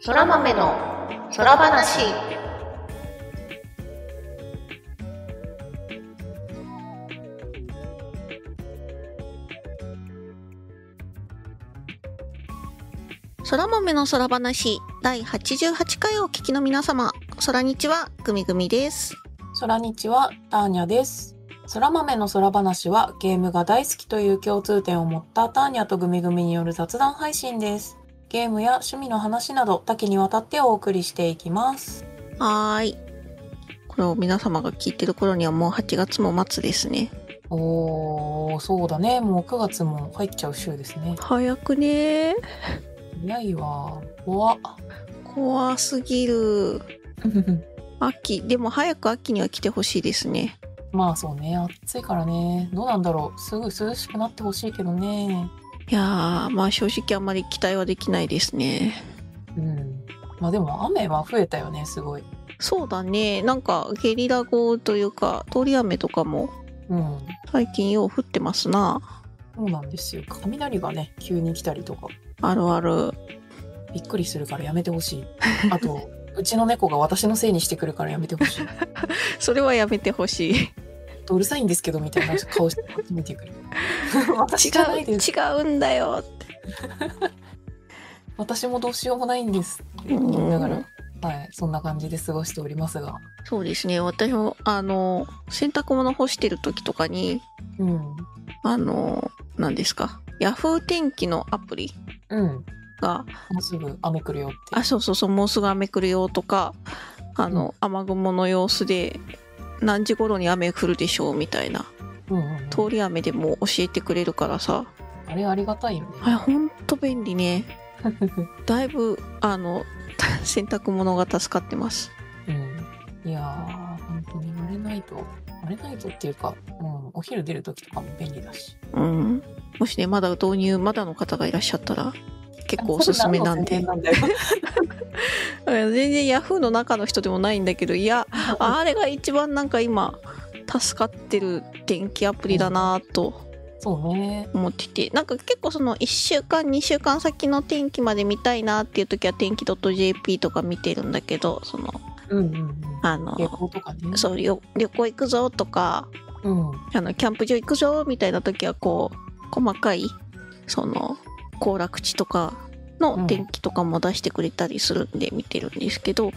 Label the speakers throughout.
Speaker 1: そら豆の空話そら豆の空話第88回をお聞きの皆様空日はぐみぐみです
Speaker 2: 空日はターニャです。空豆の空話はゲームが大好きという共通点を持ったターニャとグミグミによる雑談配信です。ゲームや趣味の話など多岐にわたってお送りしていきます。
Speaker 1: はーいこれを皆様が聞いてる頃にはもう8月も末ですね
Speaker 2: おー、そうだね。もう9月も入っちゃう週ですね。
Speaker 1: 早くね
Speaker 2: 早いわ。怖っ。
Speaker 1: 怖すぎる秋でも早く秋には来てほしいですね
Speaker 2: まあそうね。暑いからね。どうなんだろう。すぐ涼しくなってほしいけどね。
Speaker 1: いやーまあ正直あんまり期待はできないですね
Speaker 2: うん。まあでも雨は増えたよね、すごい。
Speaker 1: そうだねなんかゲリラ豪雨というか通り雨とかも
Speaker 2: うん。
Speaker 1: 最近よう降ってますな
Speaker 2: そうなんですよ。雷がね、急に来たりとか。
Speaker 1: あるある
Speaker 2: びっくりするからやめてほしい。あと、 うちの猫が私のせいにしてくるからやめてほしい。
Speaker 1: それはやめてほしい
Speaker 2: うるさいんですけどみたいな顔してこっち見 てくる。私じゃ ない
Speaker 1: 違う
Speaker 2: です。
Speaker 1: 違うんだよ
Speaker 2: 私もどうしようもないんです。
Speaker 1: うん
Speaker 2: だから、はい、そんな感じで過ごしておりますが。
Speaker 1: そうですね私もあの洗濯物干してる時とかに
Speaker 2: うん。
Speaker 1: あの何ですかヤフー天気のアプリ
Speaker 2: うん。も
Speaker 1: が
Speaker 2: うすぐ雨来るよって。
Speaker 1: あそうそうそうもうすぐ雨来るよとかあの、雨雲の様子で何時頃に雨降るでしょうみたいな
Speaker 2: うんうんうん、
Speaker 1: 通り雨でも教えてくれるからさ
Speaker 2: あれありがたいよね。
Speaker 1: あれほんと便利 ねだいぶあの 洗濯物が助かってます
Speaker 2: うん。いやー、本当に慣れないと、慣れないとっていうか、うん、お昼出る時とかも便利だし。
Speaker 1: うんもしねまだ導入まだの方がいらっしゃったら結構おすすめなんで
Speaker 2: それ何の宣伝なんだよ
Speaker 1: うん全然ヤフーの中の人でもないんだけどいやあれが一番なんか今助かってる電気アプリだなぁと
Speaker 2: そうね。
Speaker 1: 思っててなんか結構その1週間2週間先の天気まで見たいなっていう時は天気 .jp とか見てるんだけどその
Speaker 2: うんうんうん。
Speaker 1: あの
Speaker 2: 旅行とかね。
Speaker 1: そう旅旅行行くぞとか
Speaker 2: うん。
Speaker 1: あのキャンプ場行くぞみたいな時はこう細かいその行楽地とか
Speaker 2: う
Speaker 1: の
Speaker 2: ん
Speaker 1: 天気とかも出してくれたりするんで見てるんですけど、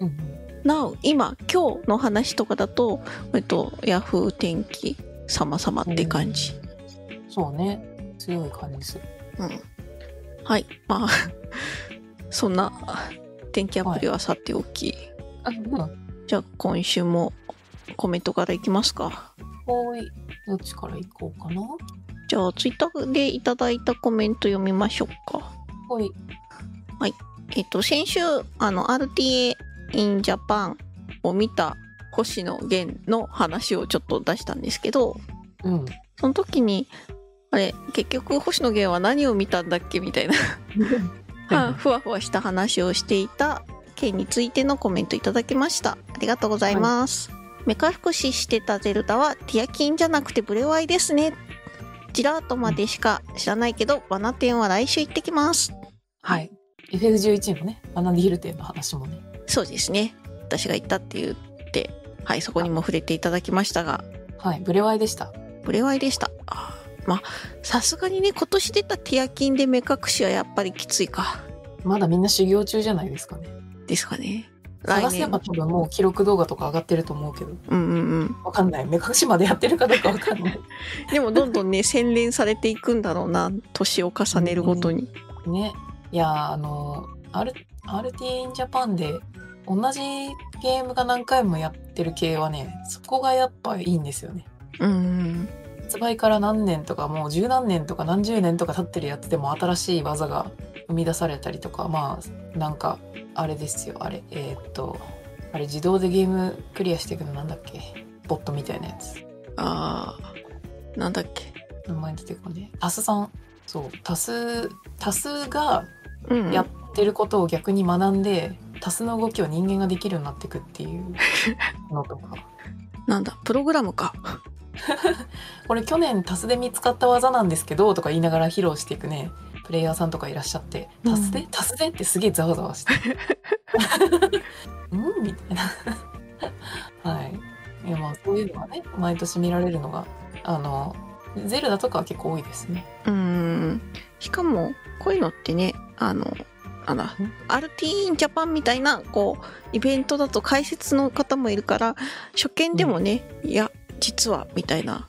Speaker 2: うんうん
Speaker 1: なお今今日の話とかだと、えっと、ヤフー天気様々って感じ。
Speaker 2: そうね。強い感じする。
Speaker 1: うん、はいまあ そんな天気アプリはさておき、
Speaker 2: うん。
Speaker 1: じゃあ今週もコメントからいきますか
Speaker 2: おい。どっちから行こうかな。
Speaker 1: じゃあツイッターでいただいたコメント読みましょうか
Speaker 2: おい。
Speaker 1: えっと先週あの RTA in Japan を見た星野源の話をちょっと出したんですけど
Speaker 2: うん。
Speaker 1: その時にあれ結局星野源は何を見たんだっけみたいなはいふわふわした話をしていた件についてのコメントいただきましたありがとうございます、メカ福祉してたゼルダはティアキンじゃなくてブレワイですねジラートまでしか知らないけどバナ店は来週行ってきます
Speaker 2: はい。FF11 のね、学んでいる点の話もね。
Speaker 1: そうですね私が行ったって言ってはいそこにも触れていただきましたが
Speaker 2: はい。ブレワイでした。
Speaker 1: ブレワイでしたあーまあさすがにね今年出たティアキンで目隠しはやっぱりきついか
Speaker 2: まだみんな修行中じゃないですかね。
Speaker 1: ですかね来
Speaker 2: 探せ
Speaker 1: 年
Speaker 2: ば多分もう記録動画とか上がってると思うけど、
Speaker 1: うんうんうん
Speaker 2: わかんない。目隠しまでやってるかどうかわかんない。
Speaker 1: でもどんどんね洗練されていくんだろうな年を重ねるごとに、
Speaker 2: ね。いやー、あのー、R、RTA in Japan で同じゲームが何回もやってる系はね、そこがやっぱいいんですよね。
Speaker 1: うん、
Speaker 2: 発売から何年とかもう十何年とか何十年とか経ってるやつでも新しい技が生み出されたりとかまあなんかあれですよあれえーっとあれ自動でゲームクリアしていくのなんだっけボットみたいなやつ
Speaker 1: あーなんだっけ、
Speaker 2: 名前出てこねタスさんそうタスタスが
Speaker 1: うん、
Speaker 2: やってることを逆に学んで、タスの動きを人間ができるようになっていくって いうのとか
Speaker 1: なんだプログラムか
Speaker 2: これ去年タスで見つかった技なんですけどとか言いながら披露していくねプレイヤーさんとかいらっしゃって「
Speaker 1: うん
Speaker 2: 足すで足すで」ってすげえざわざわ して「うん?」みたいな はいいやまあそういうのがね毎年見られるのがあのゼルダとかは結構多いですね
Speaker 1: うーんしかもこういうのってねあのあら RT in Japan みたいなこうイベントだと解説の方もいるから初見でもね、いや実はみたいな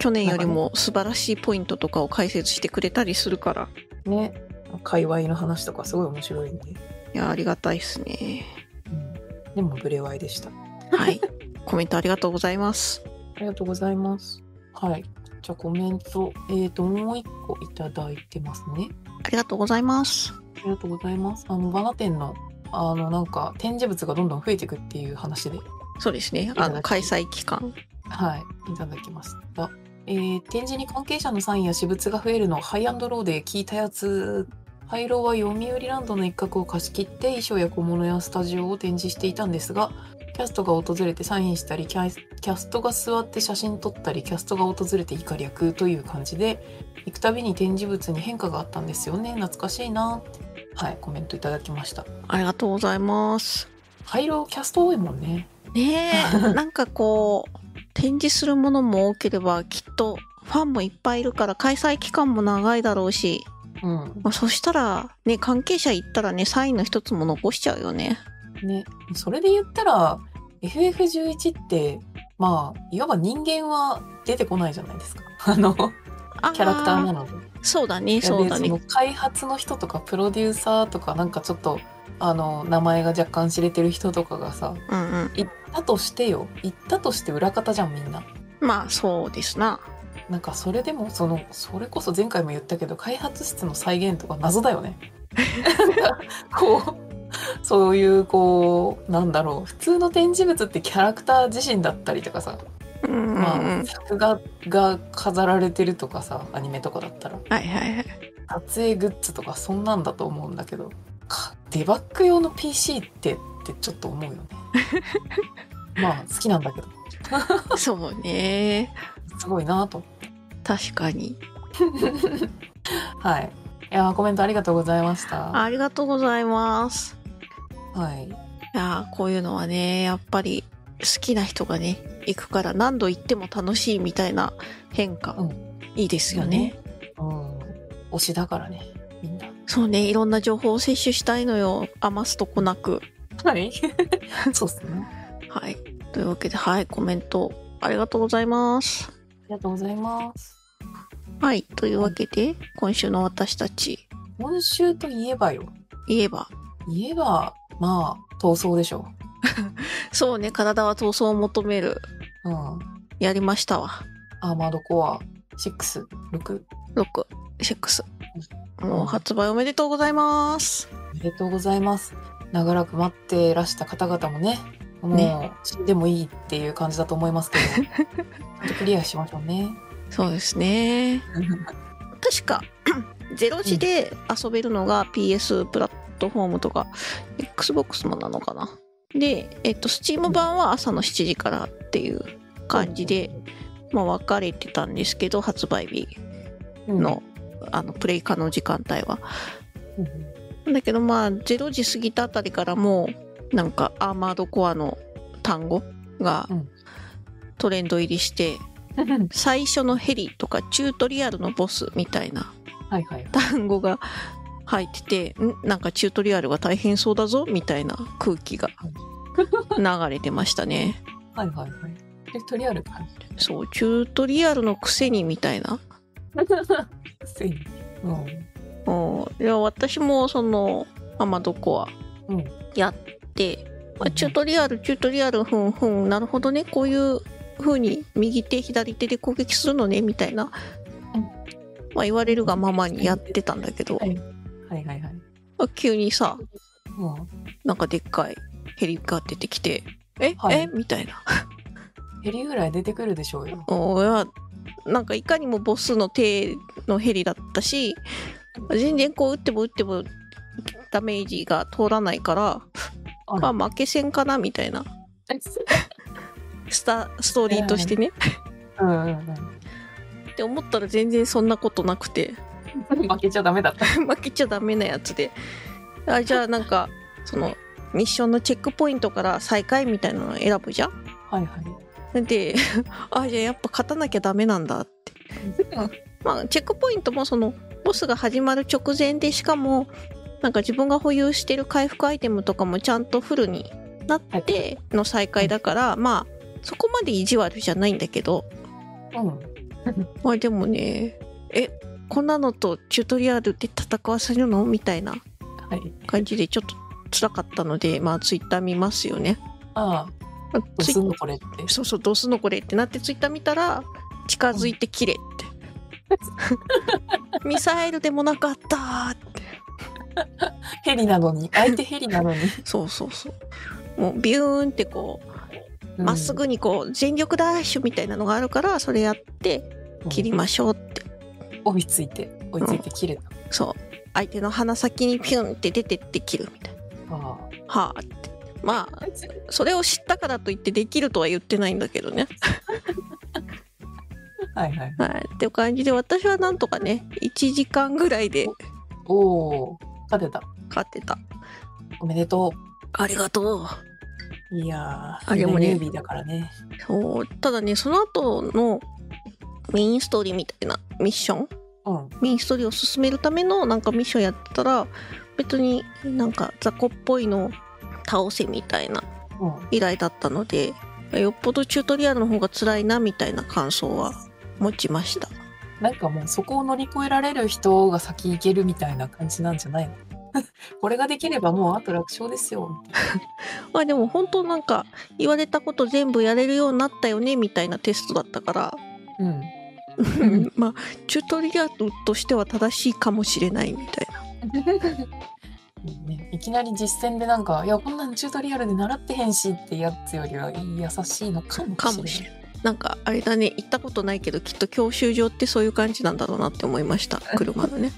Speaker 1: 去年よりも素晴らしいポイントとかを解説してくれたりするから
Speaker 2: ね界隈の話とかすごい面白いんで、
Speaker 1: いやありがたいですね
Speaker 2: うん、でもブレワイでした
Speaker 1: はいコメントありがとうございます
Speaker 2: ありがとうございます。はい。じゃあコメント、えっ、と、もう一個いただいてますね。
Speaker 1: ありがとうございます
Speaker 2: ありがとうございます。あの、バナ店の、あの、なんか、展示物がどんどん増えていくっていう話で、
Speaker 1: そうですねあ
Speaker 2: ただき
Speaker 1: の開催期間
Speaker 2: はい、いただきました。えー展示に関係者のサインや私物が増えるのをハイアンドローで聞いたやつ。ハイローは読売ランドの一角を貸し切って衣装や小物やスタジオを展示していたんですが、キャストが訪れてサインしたり、キャキャストが座って写真撮ったり、キャストが訪れて以下略という感じで、行くたびに展示物に変化があったんですよね。懐かしいなって。はい、コメントいただきました。
Speaker 1: ありがとうございます
Speaker 2: ハイローキャスト多いもんね。
Speaker 1: ねえ なんかこう展示するものも多ければきっとファンもいっぱいいるから開催期間も長いだろうし、
Speaker 2: うん。
Speaker 1: まあ、そしたらね関係者行ったらねサインの一つも残しちゃうよね
Speaker 2: ね、それで言ったら FF11 ってまあいわば人間は出てこないじゃないですか あのキ
Speaker 1: あ
Speaker 2: ャラクターな
Speaker 1: ー
Speaker 2: ので。
Speaker 1: そうだねそうだ
Speaker 2: で
Speaker 1: ね
Speaker 2: の開発の人とかプロデューサーとかなんかちょっとあの名前が若干知れてる人とかがさ
Speaker 1: うんうん
Speaker 2: 行ったとしてよ行ったとして裏方じゃんみんな。
Speaker 1: まあそうですな
Speaker 2: なんかそれでもそのそれこそ前回も言ったけど開発室の再現とか謎だよ ね。こうそういうこうなんだろう普通の展示物ってキャラクター自身だったりとかさ、
Speaker 1: うんうん、うん、
Speaker 2: まあ、作画が飾られてるとかさアニメとかだったら
Speaker 1: はいはいはい
Speaker 2: 撮影グッズとかそんなんだと思うんだけどかデバッグ用の PC ってってちょっと思うよ ね。まあ好きなんだけど
Speaker 1: そうね
Speaker 2: すごいなと
Speaker 1: 確かに
Speaker 2: はいいやーコメントありがとうございました。
Speaker 1: ありがとうございます
Speaker 2: はい
Speaker 1: いやーこういうのはねやっぱり好きな人がね行くから何度行っても楽しいみたいな変化、
Speaker 2: うん
Speaker 1: いいですよね。
Speaker 2: うん、推しだからねみんな
Speaker 1: そうねいろんな情報を摂取したいのよ余すとこなく。
Speaker 2: はい そうっすねあ
Speaker 1: はいというわけではいコメントありがとうございます。
Speaker 2: りがとうございます
Speaker 1: はいというわけで今週の私たち
Speaker 2: 今週といえばよ
Speaker 1: 言えば
Speaker 2: 言えばまあ闘争でしょ
Speaker 1: そうね体は闘争を求める
Speaker 2: う、うん、
Speaker 1: やりましたわ
Speaker 2: アーマードコア66
Speaker 1: 66。もう発売おめでとうございます。
Speaker 2: おめでとうございます長らく待ってらした方々もねも
Speaker 1: ね
Speaker 2: う死んでもいいっていう感じだと思いま すけどちゃんとクリアしましょうね
Speaker 1: そうですね。 確か ゼロ時で遊べるのが PS プラットフォームとか XBOX もなのかなで、えっと、Steam 版は朝の7時からっていう感じで、まあ、分かれてたんですけど発売日
Speaker 2: うん
Speaker 1: の,、あのプレイ可能時間帯は
Speaker 2: うん
Speaker 1: だけどまあ0時過ぎたあたりからもうなんかアーマードコアの単語が
Speaker 2: うん
Speaker 1: トレンド入りして、
Speaker 2: うん
Speaker 1: 最初のヘリとかチュートリアルのボスみたいな
Speaker 2: はいはい
Speaker 1: 単語が入っててんなんかチュートリアルが大変そうだぞみたいな空気 が流れてましたね
Speaker 2: はいはいはいでとりあえず感じ
Speaker 1: そうチュートリアルのくせにみたいな
Speaker 2: ついに うん
Speaker 1: うんいや私もそのアマドコア
Speaker 2: うん
Speaker 1: やって、ま
Speaker 2: う
Speaker 1: あ、
Speaker 2: ん
Speaker 1: チュートリアルチュートリアルふんふんなるほどねこういう風に右手左手で攻撃するのねみたいな
Speaker 2: うん、
Speaker 1: まあ、言われるがままにやってたんだけど、
Speaker 2: はいはいはいはい。
Speaker 1: まあ急にさ
Speaker 2: も
Speaker 1: なんかでっかいヘリが出てきて、え、
Speaker 2: はい
Speaker 1: えみたいな。
Speaker 2: うヘリぐらい出てくるでしょうよ。
Speaker 1: おいやなんかいかにもボスの手のヘリだったし、全然こう撃っても撃ってもダメージが通らないから、
Speaker 2: あ
Speaker 1: まあ負け戦かなみたいなスタストーリーとしてね。
Speaker 2: うんうんうん。
Speaker 1: って思ったら全然そんなことなくて、
Speaker 2: 負けちゃダメだった。
Speaker 1: 負けちゃダメなやつであじゃあなんかそのミッションのチェックポイントから再開みたいなの選ぶじゃん
Speaker 2: はいはい。
Speaker 1: で あじゃあやっぱ勝たなきゃダメなんだってまあチェックポイントもそのボスが始まる直前でしかもなんか自分が保有してる回復アイテムとかもちゃんとフルになっての再開だから、まあそこまで意地悪じゃないんだけど
Speaker 2: うん。
Speaker 1: まあでもねえこんなのとチュートリアルで戦わせるのみたいな
Speaker 2: はい。
Speaker 1: 感じでちょっと辛かったのでまあツイッター見ますよね。
Speaker 2: ああ、
Speaker 1: まあ
Speaker 2: どう
Speaker 1: ツイ
Speaker 2: すんのこれって。
Speaker 1: そうそうどうすんのこれってなってツイッター見たら近づいて切れってミサイルでもなかったーって
Speaker 2: ヘリなのに、相手ヘリなの に。
Speaker 1: そうそうそうもうビューンってこう
Speaker 2: うん
Speaker 1: まっすぐにこう全力ダッシュみたいなのがあるからそれやって切りましょうって
Speaker 2: 追いついて、追いついて切れた。
Speaker 1: そう相手の鼻先にピュンって出てって切るみたいな
Speaker 2: あ
Speaker 1: はあってまあ
Speaker 2: あ。
Speaker 1: それを知ったからといってできるとは言ってないんだけどね
Speaker 2: はいはい。
Speaker 1: はいっていう感じで私はなんとかね1時間ぐらいで
Speaker 2: おお、勝てた。
Speaker 1: 勝ってた
Speaker 2: おめでと
Speaker 1: ありがとう
Speaker 2: う。いやー、
Speaker 1: あでもね
Speaker 2: ニュービーだからね。
Speaker 1: そうただねその後のメインストーリーみたいなミッション
Speaker 2: うん。
Speaker 1: メインストーリーを進めるためのなんかミッションやってたら別になんか雑魚っぽいのを倒せみたいな
Speaker 2: うん。
Speaker 1: 依頼だったのでよっぽどチュートリアルの方が辛いなみたいな感想は持ちました
Speaker 2: なんかもうそこを乗り越えられる人が先行けるみたいな感じなんじゃないの これができればもうあと楽勝ですよ。
Speaker 1: まあでも本当なんか言われたこと全部やれるようになったよねみたいなテストだったから
Speaker 2: うん。
Speaker 1: うん まあチュートリアルとしては正しいかもしれないみたいな。
Speaker 2: ね、いきなり実践でなんか「いやこんなんチュートリアルで習ってへんし」ってやつよりは優しいのかもしれない。
Speaker 1: かもしれない。なんかあれだね行ったことないけどきっと教習所ってそういう感じなんだろうなって思いま した車のね、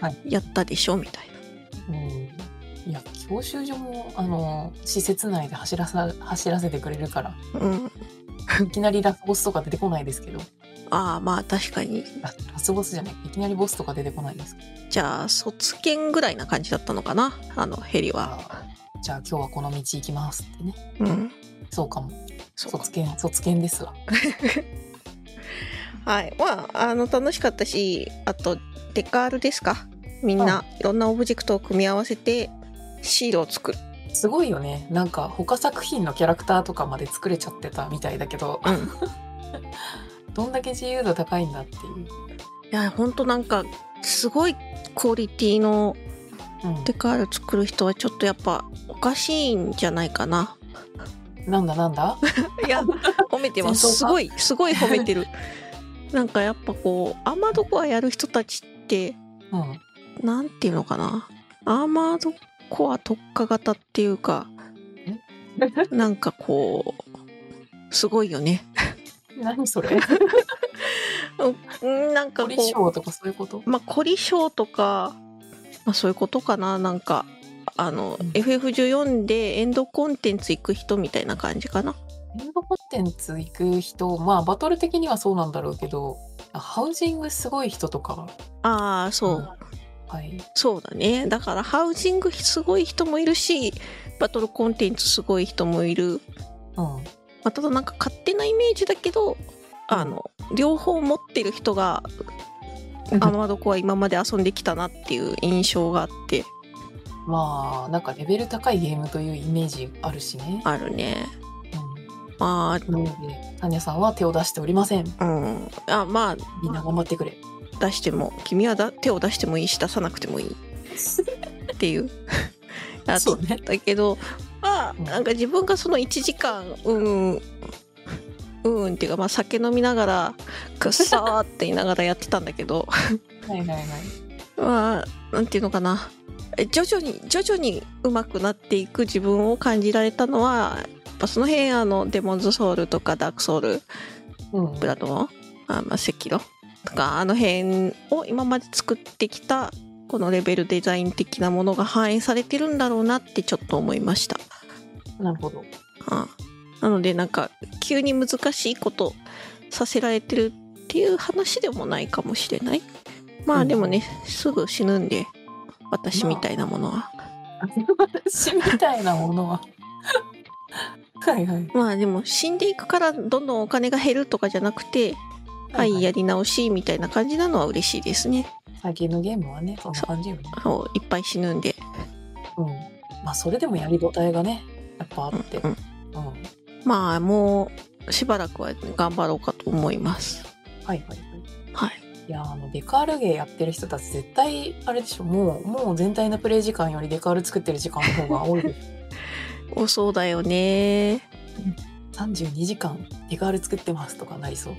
Speaker 2: は
Speaker 1: やったでしょみたい
Speaker 2: うん、いや教習所もあの施設内で走らさ走らせてくれるから
Speaker 1: なうん
Speaker 2: いきなりラスボスとか出てこないですけど
Speaker 1: ああまあ確かに
Speaker 2: ララスボスじゃないいきなりボスとか出てこないですけど
Speaker 1: じゃあ卒検ぐらいな感じだったのかなあのヘリは
Speaker 2: あーじゃあ今日はこの道行きますってね
Speaker 1: うん
Speaker 2: そうかも
Speaker 1: そう
Speaker 2: 卒検卒検ですわ
Speaker 1: はいまああの楽しかったしあとデカールですかみんないろんなオブジェクトを組み合わせてシールを作る
Speaker 2: すごいよねなんか他作品のキャラクターとかまで作れちゃってたみたいだけど
Speaker 1: うん
Speaker 2: どんだけ自由度高いんだっていう、
Speaker 1: いやほんとなんかすごいクオリティの
Speaker 2: うん
Speaker 1: デカール作る人はちょっとやっぱおかしいんじゃないかな。
Speaker 2: なんだなんだ
Speaker 1: いや褒めてます
Speaker 2: 戦争か
Speaker 1: すごいす ごい褒めてる。なんかやっぱこうアーマードコアやる人たちって
Speaker 2: うん
Speaker 1: なんていうのかなアーマードコア特化型っていうかなんかこうすごいよね。
Speaker 2: 何それ
Speaker 1: うんなんか
Speaker 2: 鳥シ
Speaker 1: こ
Speaker 2: ョーとかそういうこと
Speaker 1: うまあ凝り性とか、まあ、そういうことかななんかあの、
Speaker 2: うん
Speaker 1: FF14 でエンドコンテンツ行く人みたいな感じかな。
Speaker 2: エンドコンテンツ行く人まあバトル的にはそうなんだろうけどハウジングすごい人とか
Speaker 1: ああそう。
Speaker 2: はい
Speaker 1: そうだねだからハウジングすごい人もいるしバトルコンテンツすごい人もいる、
Speaker 2: うん
Speaker 1: まあ、ただなんか勝手なイメージだけどあの両方持ってる人が
Speaker 2: うん
Speaker 1: アーマードコア今まで遊んできたなっていう印象があって
Speaker 2: まあなんかレベル高いゲームというイメージあるしね、
Speaker 1: あるねま
Speaker 2: うん、なのでタニャさんは手を出しておりません
Speaker 1: あうんあまあ
Speaker 2: みんな頑張ってくれ
Speaker 1: 出しても君はだ手を出してもいいし出さなくてもいいっていう やつ
Speaker 2: そうね
Speaker 1: だけどまあなんか自分がその1時間うん うんうんっていうか、まあ、酒飲みながらくっそーって言いながらやってたんだけど
Speaker 2: はいはいはい
Speaker 1: まあなんていうのかな徐々に徐々に上手くなっていく自分を感じられたのはやっぱその辺あのデモンズソウルとかダークソウル
Speaker 2: うん
Speaker 1: ブラドンあ、まあ、セキロとかあの辺を今まで作ってきたこのレベルデザイン的なものが反映されてるんだろうなってちょっと思いました。
Speaker 2: なるほど
Speaker 1: うんなのでなんか急に難しいことさせられてるっていう話でもないかもしれないまあでもね、すぐ死ぬんで、私みたいなものは。
Speaker 2: 私みたいなも のははいはい
Speaker 1: まあでも死んでいくからどんどんお金が減るとかじゃなくて、はい、やり直しみたいな感じなのは嬉しいですね。
Speaker 2: 最近のゲームはねそんな感じよね
Speaker 1: そういっぱい死ぬんで。
Speaker 2: うんまあそれでもやりごたえがねやっぱあって
Speaker 1: うんうん
Speaker 2: うんはい
Speaker 1: まあもうしばらくは頑張ろうかと思います。
Speaker 2: はいはい
Speaker 1: はい。
Speaker 2: いやーあのデカールゲーやってる人たち絶対あれでしょもうもう全体のプレイ時間よりデカール作ってる時間の方が多いで しょ
Speaker 1: おそうだよね。
Speaker 2: 32時間デカール作ってますとかなりそう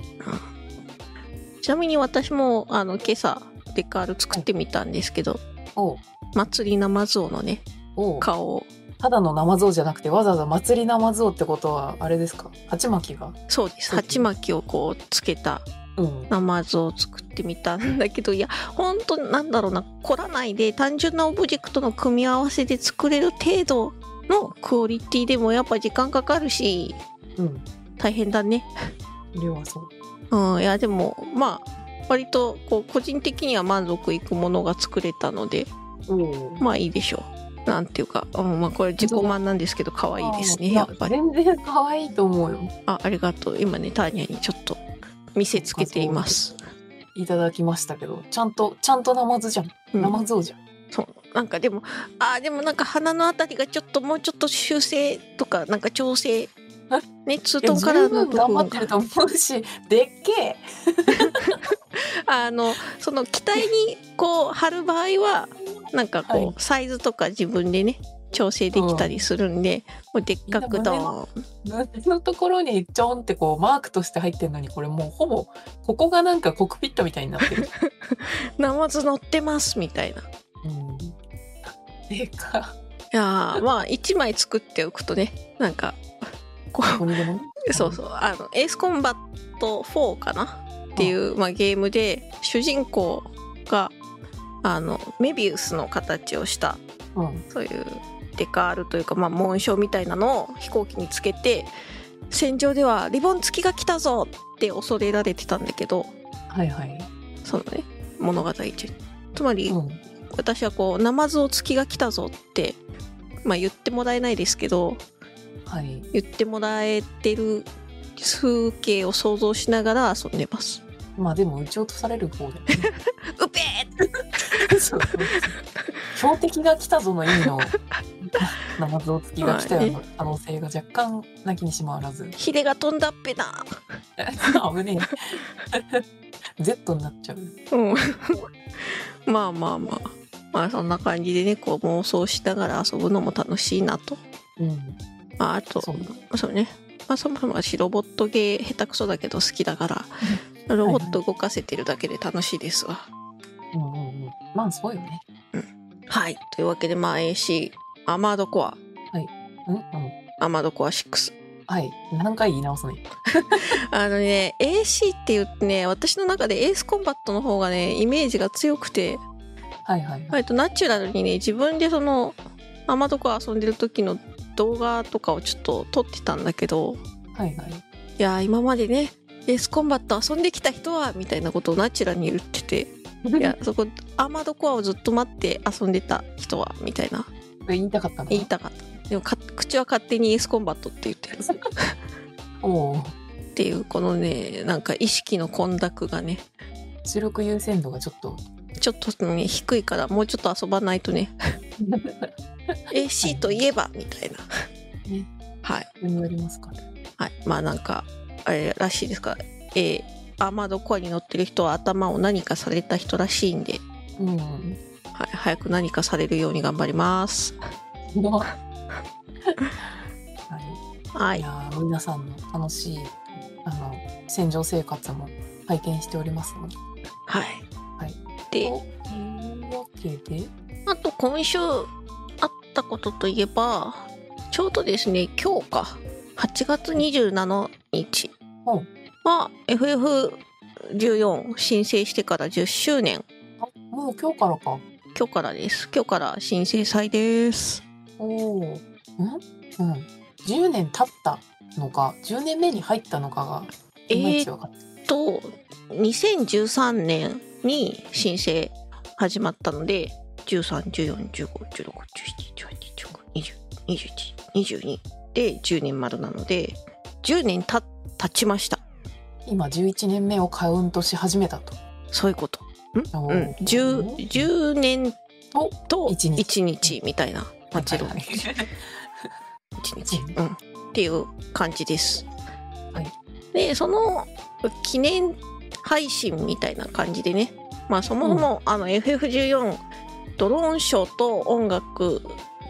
Speaker 1: ちなみに私もあの今朝デカール作ってみたんですけど、
Speaker 2: おう
Speaker 1: 祭り生像のね、
Speaker 2: おう
Speaker 1: 顔を、
Speaker 2: ただの生像じゃなくてわざわざ祭り生像ってことはあれですか鉢巻きが
Speaker 1: そうです。鉢巻きをこうつけた
Speaker 2: うん
Speaker 1: 生像を作ってみたんだけど、いや、ほんとなんだろうな、凝らないで単純なオブジェクトの組み合わせで作れる程度のクオリティでもやっぱ時間かかるし、
Speaker 2: うん
Speaker 1: 大変だね。
Speaker 2: 量はそう
Speaker 1: うん、いやでもまあ割とこう個人的には満足いくものが作れたので
Speaker 2: お
Speaker 1: まあいいでしょう。なんていうか、うん、まあこれ自己満なんですけど可愛いですねやっぱり。
Speaker 2: 全然可愛いと思うよ
Speaker 1: あありがとう今ねターニャにちょっと見せつけています。
Speaker 2: いただきましたけどちゃんとちゃんと生像じゃん
Speaker 1: うん
Speaker 2: 生像じゃん、
Speaker 1: そうなんかでもあーでもなんか鼻のあたりがちょっともうちょっと修正とかなんか調整ねツートンカラーの部
Speaker 2: 頑張
Speaker 1: 分
Speaker 2: って
Speaker 1: が
Speaker 2: ると思うしでっけえ
Speaker 1: あのその機体にこう貼る場合はなんかこう、
Speaker 2: はい
Speaker 1: サイズとか自分でね調整できたりするんで、もうでっかくド
Speaker 2: みんな
Speaker 1: ーン
Speaker 2: 布のところにちょんってこうマークとして入ってるのにこれもうほぼここがなんかコックピットみたいになって る、
Speaker 1: ナマズ乗ってますみたいない
Speaker 2: うん、でか
Speaker 1: やーまあ1枚作っておくとねなんかこ
Speaker 2: ここにでもね
Speaker 1: うそうそうあのエースコンバット4かなっていう、まあ、ゲームで主人公があのメビウスの形をした
Speaker 2: うん
Speaker 1: そういうデカールというか、まあ、紋章みたいなのを飛行機につけて戦場ではリボン付きが来たぞって恐れられてたんだけど
Speaker 2: はいはい、
Speaker 1: そのね物語中につまり、
Speaker 2: うん、
Speaker 1: 私はこう「ナマズを付きが来たぞ」って、まあ、言ってもらえないですけど
Speaker 2: はい
Speaker 1: 言ってもらえてる風景を想像しながら遊んでます。
Speaker 2: まあでも撃ち落とされる方だよね
Speaker 1: うぺー
Speaker 2: そうそう標的が来たぞの意味 の生像付きが来たような可能性が若干なきにしもあらず
Speaker 1: ヒレが飛んだっぺな
Speaker 2: 危ねえ Z になっちゃう
Speaker 1: うん、 まあまあまあまあそんな感じでねこう妄想しながら遊ぶのも楽しいなと、
Speaker 2: うん
Speaker 1: まあ、あと
Speaker 2: そ
Speaker 1: そう
Speaker 2: ね
Speaker 1: うね、まあ、そもそも私ロボットゲー下手くそだけど好きだからロボット動かせてるだけで楽しいですわ。
Speaker 2: うんうんうんまあそうよね
Speaker 1: はいというわけでまあ AC アーマードコア
Speaker 2: うんうん
Speaker 1: アーマードコア6
Speaker 2: はい何回言い直すね
Speaker 1: あのね AC って言ってね私の中でエースコンバットの方がねイメージが強くて
Speaker 2: はいはいはい。
Speaker 1: 割とナチュラルにね自分でそのアマとか遊んでる時の動画とかをちょっと撮ってたんだけど
Speaker 2: はいはい。
Speaker 1: いやー今までねエースコンバット遊んできた人はみたいなことをナチュラルに言っててい やそこアーマードコアをずっと待って遊んでた人はみたいな
Speaker 2: 言いたかったの
Speaker 1: 言いたかったでもか口は勝手にエースコンバットって言ってる
Speaker 2: おお。
Speaker 1: っていうこのねなんか意識の混濁がね
Speaker 2: 収録優先度がちょっと。
Speaker 1: ちょっとね低いからもうちょっと遊ばないと ね AC といえばみたいな
Speaker 2: ね
Speaker 1: はい
Speaker 2: 上にやりますか。
Speaker 1: はい、まあなんかあれらしいですが、えーアーマードコアに乗ってる人は頭を何かされた人らしいんで、
Speaker 2: うん。、
Speaker 1: はい、早く何かされるように頑張ります。はいい、
Speaker 2: やー皆さんの楽しいあの戦場生活も拝見しておりますので。
Speaker 1: はい、
Speaker 2: はいという
Speaker 1: で
Speaker 2: わけで、
Speaker 1: あと今週あったことといえばちょうどですね今日か8月27日
Speaker 2: うん
Speaker 1: は FF14 申請してから10周年
Speaker 2: あもう今日からか。
Speaker 1: 今日からです今日から申請祭です
Speaker 2: おお。ん？うん。10年経ったのか、10年目に入ったのかがいまいちわかんない。
Speaker 1: えっと2013年に申請始まったので13141516171819202122で10年丸なので10年た経ちました
Speaker 2: 今11年目をカウントし始めたと。
Speaker 1: そういうことん、
Speaker 2: お
Speaker 1: う
Speaker 2: ー
Speaker 1: ん、10, 10年
Speaker 2: お
Speaker 1: と
Speaker 2: 一日
Speaker 1: 1日みたいなもちろん
Speaker 2: はいはいはい
Speaker 1: 1日、うん、っていう感じです。
Speaker 2: はい
Speaker 1: でその記念配信みたいな感じでね、まあ、そもそも、あの FF14 ドローンショーと音楽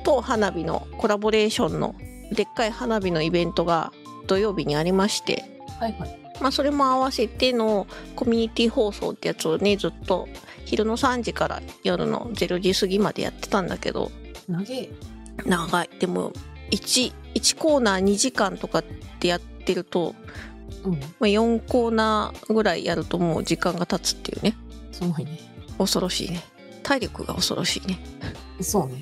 Speaker 1: と花火のコラボレーションのでっかい花火のイベントが土曜日にありまして、
Speaker 2: はいはい。
Speaker 1: まあ、それも合わせてのコミュニティ放送ってやつをねずっと昼の3時から夜の0時過ぎまでやってたんだけど
Speaker 2: 長い。
Speaker 1: 長いでも 1, 1コーナー2時間とかってやってると、
Speaker 2: う
Speaker 1: ま
Speaker 2: ん。
Speaker 1: あ、4コーナーぐらいやるともう時間が経つっていうね
Speaker 2: すごいね。
Speaker 1: 恐ろしいね体力が恐ろしいね
Speaker 2: そうね。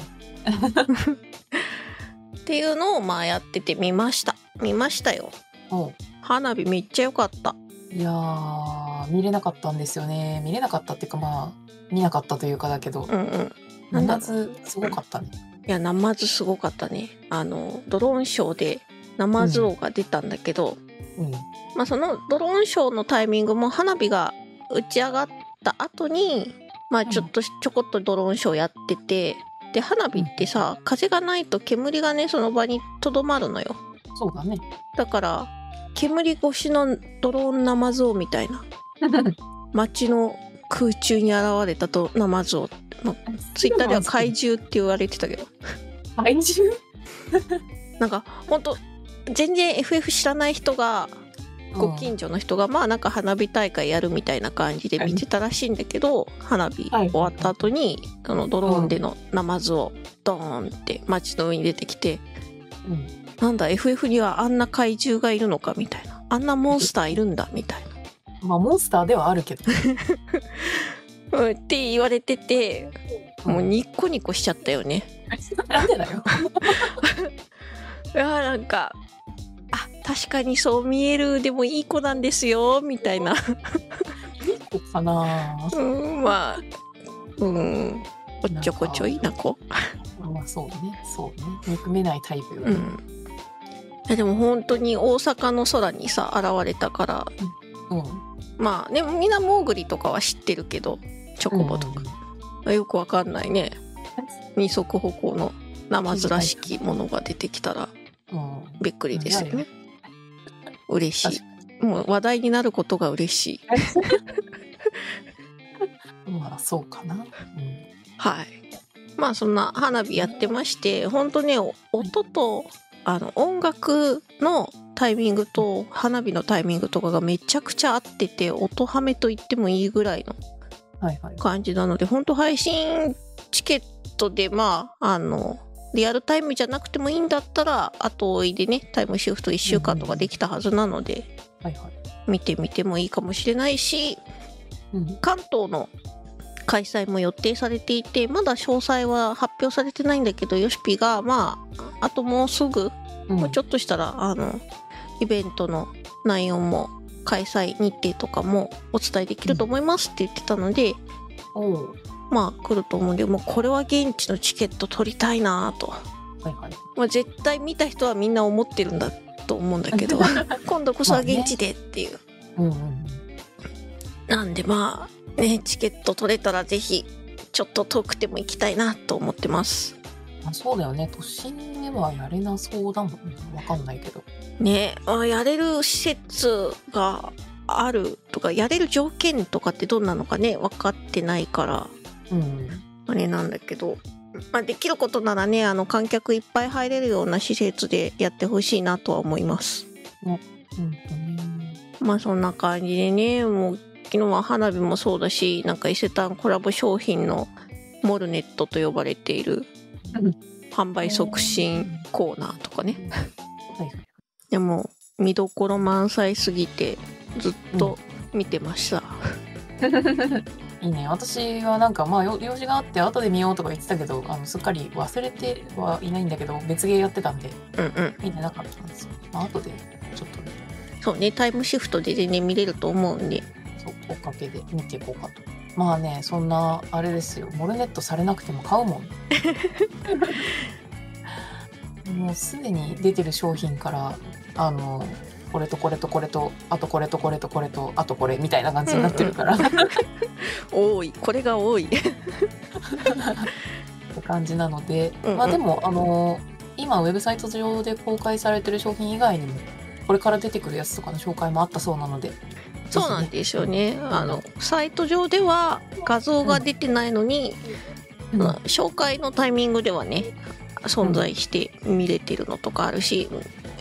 Speaker 1: っていうのをまあやっててみました見ましたよ
Speaker 2: おう
Speaker 1: 花火めっちゃ良かった
Speaker 2: いやー見れなかったんですよね。見れなかったっていうかまあ見なかったというかだけど、
Speaker 1: うんうんなん
Speaker 2: 2
Speaker 1: だ
Speaker 2: 月すごかったね。
Speaker 1: いやナマズすごかったねあのドローンショーでナマズ王が出たんだけど、
Speaker 2: うん。
Speaker 1: まあ、そのドローンショーのタイミングも花火が打ち上がった後にまあ
Speaker 2: ん
Speaker 1: ちょっとしちょこっとドローンショーやっててで花火ってさ風がないと煙がねその場にとどまるのよ
Speaker 2: そうだね。
Speaker 1: だから煙越しのドローンナマズ王みたいな街の空中に現れたとナマズ王 ツイッターでは怪獣って言われてたけど
Speaker 2: 怪獣
Speaker 1: なんかほんと全然 FF 知らない人がご近所の人がまあなんか花火大会やるみたいな感じで見てたらしいんだけど花火終わった後にそのドローンでのナマズをドーンって街の上に出てきて
Speaker 2: うんうん
Speaker 1: なんだ FF にはあんな怪獣がいるのかみたいなあんなモンスターいるんだみたい
Speaker 2: まあモンスターではあるけど。
Speaker 1: な、うん、って言われてて もうニッコニコしちゃったよね。
Speaker 2: なんでだよ。
Speaker 1: いやなんかあ確かにそう見えるでもいい子なんですよみたいな
Speaker 2: いい子かな。
Speaker 1: うんまあうんおっちょこちょいな子。
Speaker 2: まあそうね。そうね。憎めないタイプよ
Speaker 1: うん、
Speaker 2: ね。
Speaker 1: いやでも本当に大阪の空にさ現れたから
Speaker 2: うん。
Speaker 1: まあねみんなモーグリとかは知ってるけどチョコボとか、よくわかんないね二足歩行のナマズらしきものが出てきたら
Speaker 2: うん。
Speaker 1: びっくりですよ
Speaker 2: うん
Speaker 1: ね嬉し
Speaker 2: 確
Speaker 1: いもう話題になることが嬉しい
Speaker 2: うん。まあそうかな。うん。
Speaker 1: はいまあそんな花火やってまして本当ねお音とあの音楽のタイミングと花火のタイミングとかがめちゃくちゃ合ってて音ハメと言ってもいいぐらいの
Speaker 2: はいはい。
Speaker 1: 感じなので本当配信チケットでまああのリアルタイムじゃなくてもいいんだったら後追いでねタイムシフト1週間とかできたはずなので
Speaker 2: はいはい。
Speaker 1: 見てみてもいいかもしれないし
Speaker 2: うん。
Speaker 1: 関東の開催も予定されていてまだ詳細は発表されてないんだけどよしぴがまああともうすぐ
Speaker 2: うん
Speaker 1: もうちょっとしたらあのイベントの内容も開催日程とかもお伝えできると思いますって言ってたので、
Speaker 2: おう
Speaker 1: まあ来ると思うんでもうこれは現地のチケット取りたいなと、
Speaker 2: はいはい。
Speaker 1: まあ、絶対見た人はみんな思ってるんだと思うんだけど今度こそは現地でっていう、
Speaker 2: うんうん。
Speaker 1: なんでまあねチケット取れたらぜひちょっと遠くても行きたいなと思ってます
Speaker 2: まあ、そうだよね。都心ではやれなそうだもんね。わかんないけど。
Speaker 1: ねあやれる施設があるとかやれる条件とかってどんなのかね分かってないから
Speaker 2: うん。
Speaker 1: あれなんだけど、まあ、できることならねあの観客いっぱい入れるような施設でやってほしいなとは思います
Speaker 2: うんとね。
Speaker 1: まあそんな感じでねもう昨日は花火もそうだしなんか伊勢丹コラボ商品のモルネットと呼ばれている
Speaker 2: うん
Speaker 1: 販売促進コーナーとかね
Speaker 2: はいはい。
Speaker 1: でも見どころ満載すぎてずっと見てました、
Speaker 2: いいね。私はなんかまあよ用事があって後で見ようとか言ってたけど、あのすっかり忘れてはいないんだけど、別ゲーやってたんで
Speaker 1: うん、うん
Speaker 2: 見てなかったんですよ。まあ後でちょっとね、
Speaker 1: そうねタイムシフトで全然見れると思うんで
Speaker 2: そう追っかけで見ていこうかと。まあねそんなあれですよモルネットされなくても買うもんもうすでに出てる商品からあのこれとこれとこれとあとこれとこれとこれとあとこれみたいな感じになってるから、っ
Speaker 1: 多いこれが多い
Speaker 2: て感じなので、
Speaker 1: うんうん
Speaker 2: まあでもあの今ウェブサイト上で公開されてる商品以外にもこれから出てくるやつとかの紹介もあったそうなので
Speaker 1: そうなんですよねあのサイト上では画像が出てないのに、
Speaker 2: うん
Speaker 1: まあ紹介のタイミングではね存在して見れてるのとかあるし、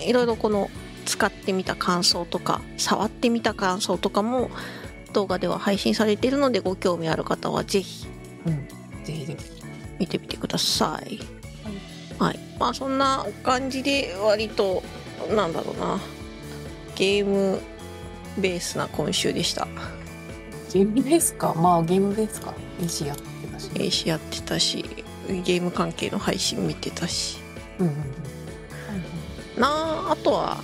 Speaker 1: いろいろこの使ってみた感想とか触ってみた感想とかも動画では配信されているのでご興味ある方はぜひ
Speaker 2: ぜひぜひ
Speaker 1: 見てみてください。はい、まあそんな感じで割となんだろうなゲームベースな今週でした。
Speaker 2: ゲームベースかまあゲームベースか AC やってたし、
Speaker 1: えしやってたしゲーム関係の配信見てたし
Speaker 2: うんうんうん
Speaker 1: なああとは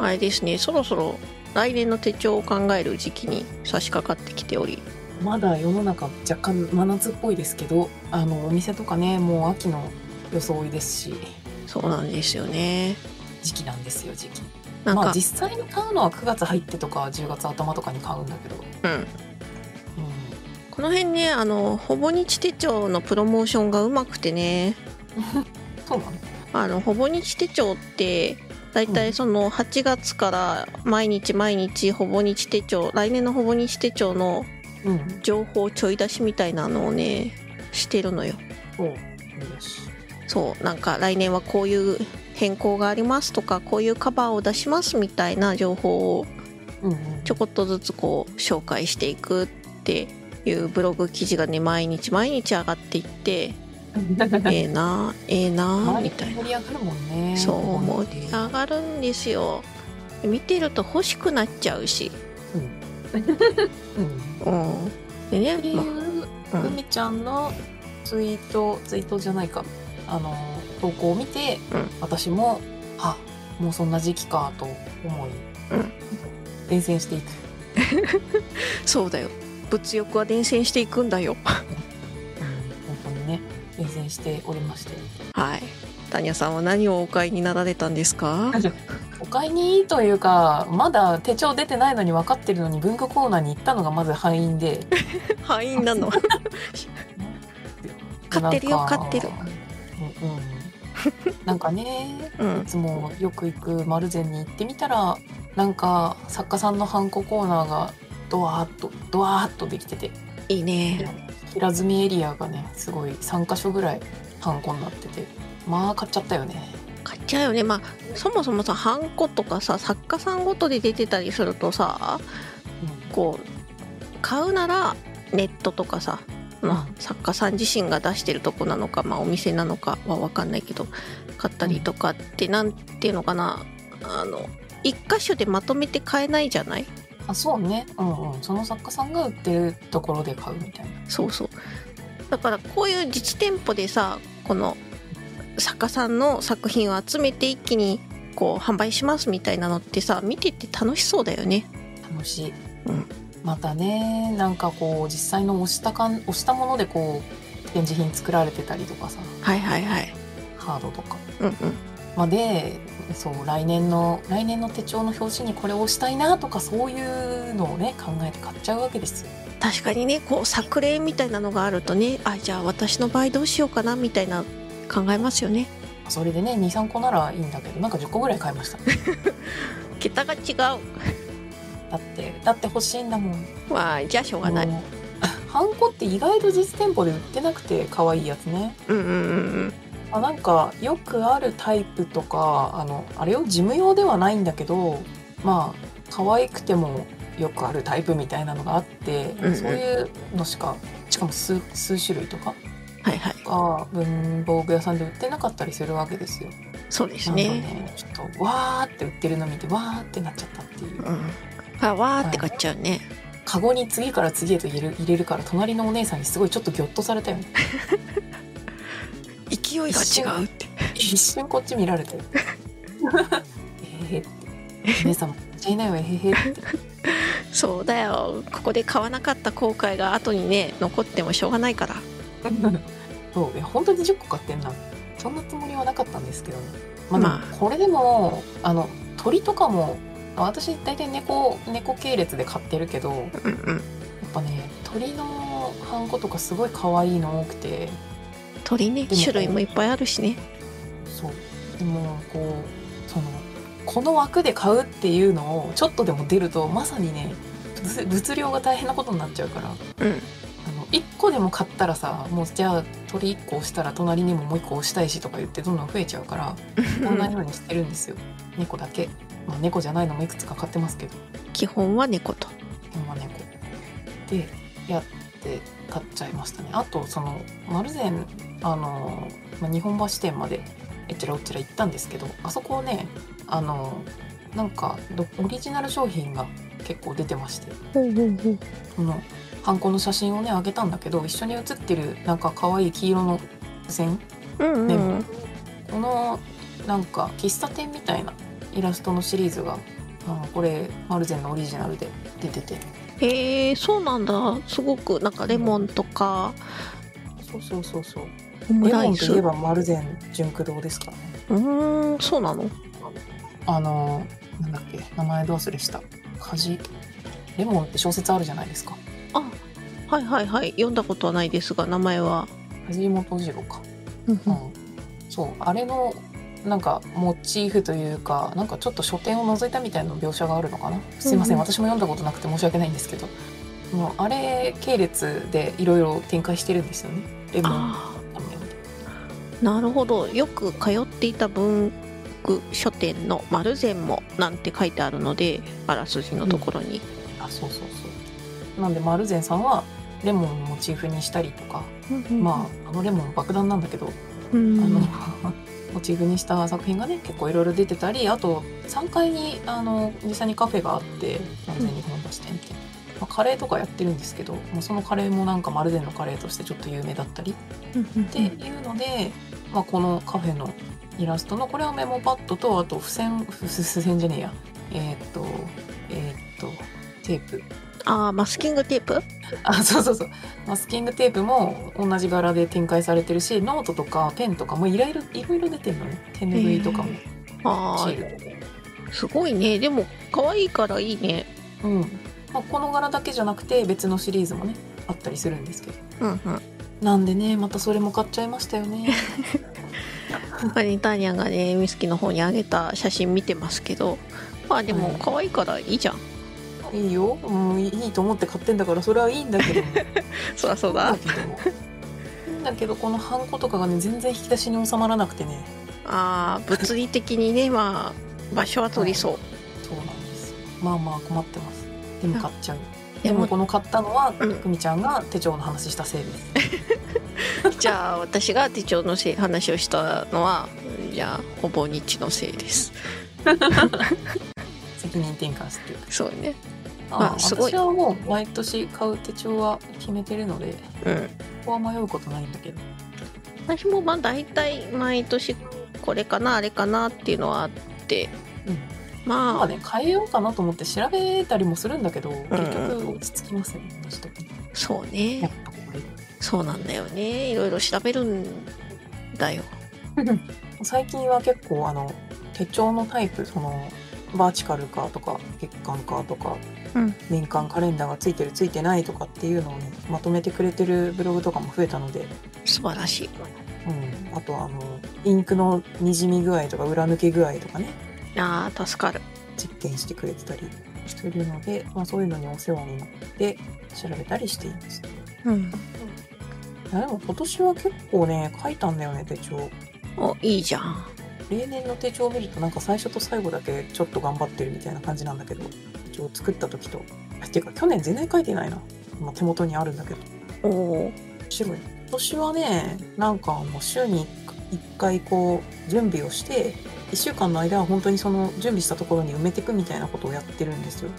Speaker 1: あれですねそろそろ来年の手帳を考える時期に差し掛かってきており
Speaker 2: まだ世の中若干真夏っぽいですけどあのお店とかねもう秋の装いですし
Speaker 1: そうなんですよね
Speaker 2: 時期なんですよ時期
Speaker 1: なんか、
Speaker 2: まあ実際に買うのは9月入ってとか10月頭とかに買うんだけど、うん
Speaker 1: うん、この辺ねあのほぼ日手帳のプロモーションがうまくてね
Speaker 2: そうなの
Speaker 1: あのほぼ日手帳って大体その8月から毎日毎日ほぼ日手帳来年のほぼ日手帳の
Speaker 2: うん
Speaker 1: 情報ちょい出しみたいなのをねしてるのよ
Speaker 2: そうよし
Speaker 1: そうなんか来年はこういう変更がありますとかこういうカバーを出しますみたいな情報を
Speaker 2: うんうん
Speaker 1: ちょこっとずつこう紹介していくっていうブログ記事がね毎日毎日上がっていって ええなええな
Speaker 2: 周り
Speaker 1: み
Speaker 2: って
Speaker 1: たい
Speaker 2: 盛り上がるもんね
Speaker 1: なそう
Speaker 2: 思
Speaker 1: 盛り上がるんですよ見てると欲しくなっちゃうし
Speaker 2: うん
Speaker 1: うんでね
Speaker 2: ってい
Speaker 1: まあ
Speaker 2: う
Speaker 1: うん
Speaker 2: ふみちゃんのツイートツイートじゃないかあの投稿を見て、
Speaker 1: うん
Speaker 2: 私もあもうそんな時期かと思い、
Speaker 1: うん
Speaker 2: 伝染していく
Speaker 1: そうだよ物欲は伝染していくんだよ
Speaker 2: 本当にね伝染しておりまして
Speaker 1: はいタニアさんは何をお買いになられたんですか
Speaker 2: お買いにというかまだ手帳出てないのに分かってるのに文具コーナーに行ったのがまず敗因で
Speaker 1: 敗因なの買ってるよ
Speaker 2: なんか
Speaker 1: 買ってる
Speaker 2: うん、うん、なんかね
Speaker 1: うん
Speaker 2: いつもよく行く丸善に行ってみたらなんか作家さんのハンココーナーがドワーッとドワーッとできてて
Speaker 1: いいね
Speaker 2: 平積みエリアがねすごい3箇所ぐらいハンコになっててまあ買っちゃったよね
Speaker 1: 買っちゃうよねまあそもそもさハンコとかさ作家さんごとで出てたりするとさこう買うならネットとかさ、まあ、作家さん自身が出してるとこなのか、まあ、お店なのかは分かんないけど買ったりとかってなんていうのかなあの一箇所でまとめて買えないじゃない
Speaker 2: あそうねうんうんその作家さんが売ってるところで買うみたいな
Speaker 1: そうそうだからこういう実店舗でさこの作家さんの作品を集めて一気にこう販売しますみたいなのってさ見てて楽しそうだよね
Speaker 2: 楽しい、
Speaker 1: うん
Speaker 2: またねなんかこう実際の押したかん押したものでこう展示品作られてたりとかさ
Speaker 1: はいはいはい
Speaker 2: ハードとか
Speaker 1: うんうん
Speaker 2: まあでそう来年の来年の手帳の表紙にこれをしたいなとかそういうのをね考えて買っちゃうわけですよ。
Speaker 1: 確かにねこう作例みたいなのがあるとねあじゃあ私の場合どうしようかなみたいな考えますよね
Speaker 2: それでね23個ならいいんだけどなんか10個ぐらい買い ました。
Speaker 1: 桁が違う
Speaker 2: だってだって欲しいんだもん。
Speaker 1: まあじゃあしょうがない
Speaker 2: もう ハンコって意外と実店舗で売ってなくて可愛いやつね。
Speaker 1: うんうんうん
Speaker 2: あなんかよくあるタイプとかあのあれを事務用ではないんだけどまあ可愛くてもよくあるタイプみたいなのがあって、
Speaker 1: うんうん
Speaker 2: そういうのしかしかも数数種類とか
Speaker 1: うんはいはい
Speaker 2: が文房具屋さんで売ってなかったりするわけですよ。
Speaker 1: そうです
Speaker 2: なので
Speaker 1: ね
Speaker 2: ねちょっとわーって売ってるの見てわーってなっちゃったっていう
Speaker 1: う。んあわーって買っちゃうね
Speaker 2: カゴに次から次へと入れる入れるから隣のお姉さんにすごいちょっとギョッとされ たよね。
Speaker 1: 勢いが違うって
Speaker 2: 一瞬こっち見ら れてえへへって。お姉さんも買っちゃいなよえへへって。
Speaker 1: そうだよここで買わなかった後悔が後にね残ってもしょうがないから
Speaker 2: そういや本当に10個買ってんなそんなつもりはなかったんですけど、まあ、
Speaker 1: まあ
Speaker 2: でもこれでもあの鳥とかも私大体猫猫系列で買ってるけどやっ
Speaker 1: うんうん
Speaker 2: ぱね鳥のハンコとかすごい可愛いの多くて
Speaker 1: 鳥ね
Speaker 2: でも
Speaker 1: 種類もいっぱいあるしね
Speaker 2: そうでもこうそのこの枠で買うっていうのをちょっとでも出るとまさにね物物量が大変なことになっちゃうから
Speaker 1: うん
Speaker 2: あの1個でも買ったらさもうじゃあ鳥1個押したら隣にももう1個押したいしとか言ってどんどん増えちゃうからこんなようにしてるんですよ猫だけ、まあ、猫じゃないのもいくつか買ってますけど
Speaker 1: 基本は猫と
Speaker 2: 基本は猫でやって買っちゃいましたねあとそのマルゼンあの、まあ、日本橋店までえっちらおっちら行ったんですけどあそこねあのなんかどオリジナル商品が結構出てまして
Speaker 1: ほうほうほう
Speaker 2: このハンコの写真をねあげたんだけど一緒に写ってるなんか可愛い黄色の付箋
Speaker 1: うんう
Speaker 2: で
Speaker 1: ん
Speaker 2: もこのなんか喫茶店みたいなイラストのシリーズがあのこれマルゼンのオリジナルで出てて
Speaker 1: へえそうなんだすごくなんかレモンとか
Speaker 2: そうそうそうそう
Speaker 1: オム
Speaker 2: レ
Speaker 1: ラ
Speaker 2: モ
Speaker 1: イ
Speaker 2: ンと
Speaker 1: ス
Speaker 2: いえ
Speaker 1: う
Speaker 2: ばマルゼン純駆動ですからね
Speaker 1: ーんそうなの
Speaker 2: あのなんだっけ名前どうするしたカジレモンって小説あるじゃないですか
Speaker 1: あはいはいはい読んだことはないですが名前は
Speaker 2: 梶本次郎か
Speaker 1: うんうん
Speaker 2: うん、そうあれのなんかモチーフというかなんかちょっと書店を覗いたみたいな描写があるのかなすいません、
Speaker 1: うんうん
Speaker 2: 私も読んだことなくて申し訳ないんですけどもうあれ系列でいろいろ展開してるんですよねレモン
Speaker 1: あ
Speaker 2: ラーメンで
Speaker 1: ーなるほどよく通っていた文具書店の「丸善も」なんて書いてあるのであらすじのところに、
Speaker 2: あそうそうそうなんでマルゼンさんはレモンをモチーフにしたりとか、まああのレモン爆弾なんだけど
Speaker 1: あ、うん、
Speaker 2: あのモチーフにした作品がね結構いろいろ出てたりあと3階にあの実際にカフェがあってマルゼン日本橋店って、まあカレーとかやってるんですけどもうそのカレーもなんかマルゼンのカレーとしてちょっと有名だったりっていうので、まあ、このカフェのイラストのこれはメモパッドとあと付箋付付箋じゃねえやえーっとえーっとテープ
Speaker 1: あーマスキングテープ
Speaker 2: あそうそうそうマスキングテープも同じ柄で展開されてるしノートとかペンとかもいろいろいろいろ出てるのね手ぬぐいとかも、
Speaker 1: あ
Speaker 2: シ
Speaker 1: ー
Speaker 2: ールとかも
Speaker 1: すごいねでも可愛いからいいね
Speaker 2: うんまあ、この柄だけじゃなくて別のシリーズもねあったりするんですけど
Speaker 1: うんうん
Speaker 2: なんでねまたそれも買っちゃいましたよね
Speaker 1: 他にターニャンがねミスキの方にあげた写真見てますけどまあでも
Speaker 2: はい
Speaker 1: 可愛いからいいじゃん、
Speaker 2: いいよ、うん、いいと思って買ってんだからそれはいいんだけども
Speaker 1: そらそう
Speaker 2: だ
Speaker 1: だ
Speaker 2: けどもいいんだけどこのハンコとかがね全然引き出しに収まらなくてね
Speaker 1: あー物理的にねまあ場所は取りそう、
Speaker 2: そうなんですよまあまあ困ってますでも買っちゃう
Speaker 1: で
Speaker 2: でも
Speaker 1: も
Speaker 2: この買ったのは、
Speaker 1: うん
Speaker 2: くみちゃんが手帳の話したせいです
Speaker 1: じゃあ私が手帳のせい話をしたのはじゃあほぼ日のせいです
Speaker 2: 責任転換してる
Speaker 1: そうね
Speaker 2: あ
Speaker 1: あすごい
Speaker 2: 私はもう毎年買う手帳は決めてるので
Speaker 1: うん
Speaker 2: ここは迷うことないんだけど
Speaker 1: 私もまあ大体毎年これかなあれかなっていうのはあって、
Speaker 2: うんま
Speaker 1: ま
Speaker 2: あ
Speaker 1: あ
Speaker 2: ね変えようかなと思って調べたりもするんだけど
Speaker 1: うん
Speaker 2: 結局落ち着きますね、同じ時に
Speaker 1: そうね
Speaker 2: ぱこれ
Speaker 1: そうなんだよねいろいろ調べるんだよ
Speaker 2: 最近は結構あの手帳のタイプそのバーチカルかとか月間かとか、
Speaker 1: うん
Speaker 2: 年間カレンダーがついてるついてないとかっていうのをねまとめてくれてるブログとかも増えたので、
Speaker 1: 素晴らしい
Speaker 2: うん、あとあのインクのにじみ具合とか裏抜け具合とかね
Speaker 1: あー助かる
Speaker 2: 実験してくれてたりしてるので、まあ、そういうのにお世話になって調べたりしています
Speaker 1: うん
Speaker 2: いやでも今年は結構ね書いたんだよね手帳
Speaker 1: おいいじゃん
Speaker 2: 例年の手帳を見るとなんか最初と最後だけちょっと頑張ってるみたいな感じなんだけど手帳を作った時とあていうか去年全然書いてないな、まあ、手元にあるんだけ
Speaker 1: お
Speaker 2: ど
Speaker 1: お
Speaker 2: 白い今年はねなんかもう週に1回こう準備をして1週間の間は本当にその準備したところに埋めていくみたいなことをやってるんですよ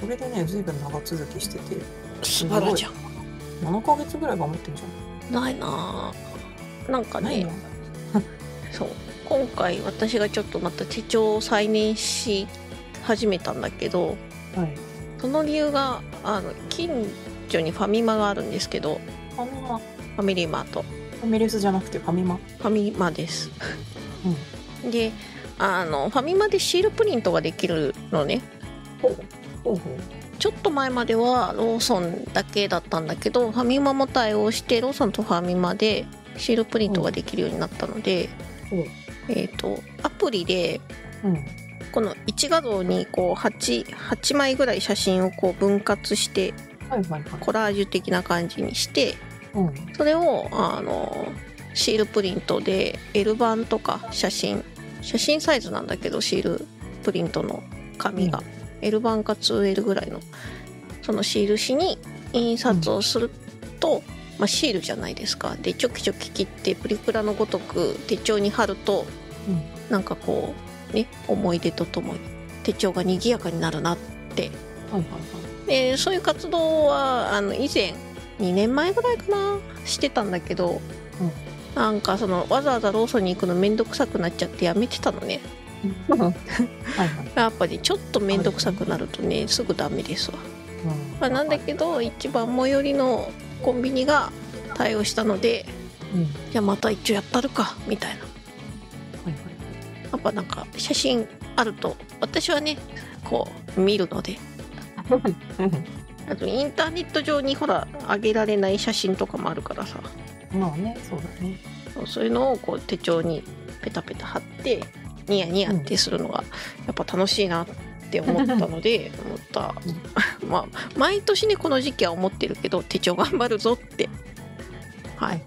Speaker 2: これでね随分長続きしてて
Speaker 1: 素晴らしいじゃん
Speaker 2: 7ヶ月ぐらい頑張ってんじゃ
Speaker 1: ないなあなんか
Speaker 2: んない
Speaker 1: ね
Speaker 2: の
Speaker 1: そう今回私がちょっとまた手帳を再燃し始めたんだけど
Speaker 2: はい
Speaker 1: その理由があの近所にファミマがあるんですけど
Speaker 2: ファミマ
Speaker 1: ファミリーマート
Speaker 2: ファミレスじゃなくてファミマ
Speaker 1: ファミマです。であのファミマでシールプリントができるのね
Speaker 2: ほうほう
Speaker 1: ちょっと前まではローソンだけだったんだけどファミマも対応してローソンとファミマでシールプリントができるようになったので、
Speaker 2: うん
Speaker 1: えっ、とアプリで
Speaker 2: うん
Speaker 1: この1画像にこう 8, 8枚ぐらい写真をこう分割して
Speaker 2: はいはいはい
Speaker 1: コラージュ的な感じにして
Speaker 2: うん
Speaker 1: それをあのシールプリントで L 版とか写真写真サイズなんだけどシールプリントの紙が、L 版か 2L ぐらいのそのシール紙に印刷をすると、まあ、シールじゃないですかでちょきちょき切ってプリクラのごとく手帳に貼ると
Speaker 2: うん
Speaker 1: なんかこうね思い出とともに手帳が賑やかになるなって
Speaker 2: はいはいはい
Speaker 1: でそういう活動はあの以前2年前ぐらいかなしてたんだけど、なんかそのわざわざローソンに行くの面倒くさくなっちゃってやめてたのね
Speaker 2: うん はいはい
Speaker 1: やっぱりちょっと面倒くさくなるとねすぐダメですわ、
Speaker 2: うん
Speaker 1: まあ、なんだけど一番最寄りのコンビニが対応したので
Speaker 2: うんはい
Speaker 1: じゃあまた一応やったるかみたいな
Speaker 2: はい
Speaker 1: やっぱなんか写真あると私はねこう見るので
Speaker 2: う
Speaker 1: あとインターネット上にほら上げられない写真とかもあるからさ
Speaker 2: ん まあねそうだね
Speaker 1: そういうのをこう手帳にペタペタ貼ってニヤニヤってするのがやっぱ楽しいなって思ったので思った、 まあ毎年ねこの時期は思ってるけど手帳頑張るぞってはい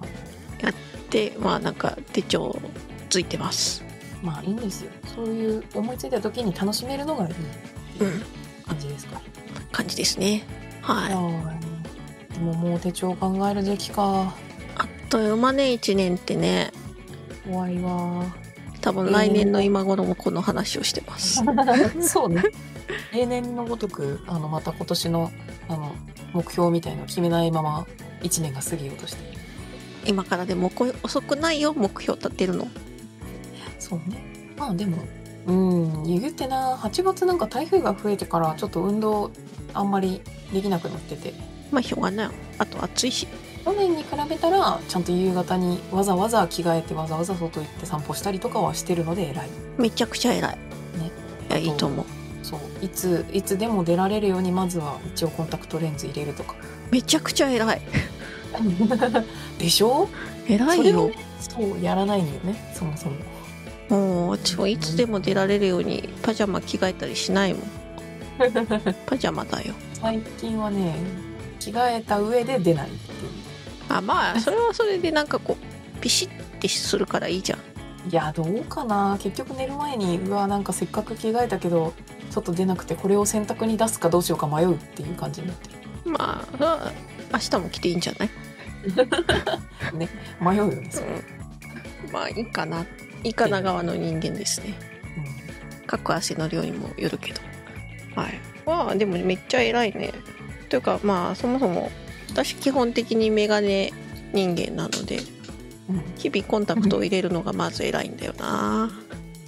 Speaker 1: でまあなんか手帳ついてます
Speaker 2: まあいいんですよそういう思いついた時に楽しめるのがいい
Speaker 1: うん
Speaker 2: 感じですか
Speaker 1: 感じですねはい
Speaker 2: いやーでももう手帳考える時期か
Speaker 1: あっという間ね1年ってね
Speaker 2: 怖い わー
Speaker 1: 多分来年の今頃もこの話をしてます。
Speaker 2: そうね。 例年のごとく、あの、また今年の、あの、目標みたいのを決めないまま、一年が過ぎようとしている。
Speaker 1: 今からでもこう遅くないよ目標立てるの。
Speaker 2: そうね。まあでも、うん、言ってな、8月なんか台風が増えてから、ちょっと運動、あんまりできなくなってて、
Speaker 1: まあしょうがないよ。あと暑いし。
Speaker 2: 去年に比べたら、ちゃんと夕方にわざわざ着替えて、わざわざ外行って散歩したりとかはしてるので偉い。
Speaker 1: めちゃくちゃ偉い。いやいいと思う。
Speaker 2: そう。いつ、いつでも出られるように、まずは一応コンタクトレンズ入れると か。
Speaker 1: めちゃくちゃ偉い。
Speaker 2: でしょ
Speaker 1: 偉
Speaker 2: そ
Speaker 1: い
Speaker 2: れを
Speaker 1: よ
Speaker 2: ね。そうやらないんだよねそもそも
Speaker 1: もう私もいつでも出られるようにパジャマ着替えたりしない もん。パジャマだよ。
Speaker 2: 最近はね着替えた上で出ないっていう
Speaker 1: あまあそれはそれでなんかこうピシッてするからいいじゃん。
Speaker 2: いやどうかな結局寝る前にうわなんかせっかく着替えたけどちょっと出なくてこれを洗濯に出すかどうしようか迷うっていう感じになって
Speaker 1: まあそれは明日も着ていいんじゃない？
Speaker 2: る迷うよねそれ
Speaker 1: うん。まあいいかな。いいかな側の人間ですね。かく汗の量にもよるけどはいまあでもめっちゃ偉いねというかまあそもそも私基本的にメガネ人間なので
Speaker 2: うん、うん
Speaker 1: 日々コンタクトを入れるのがまず偉いんだよな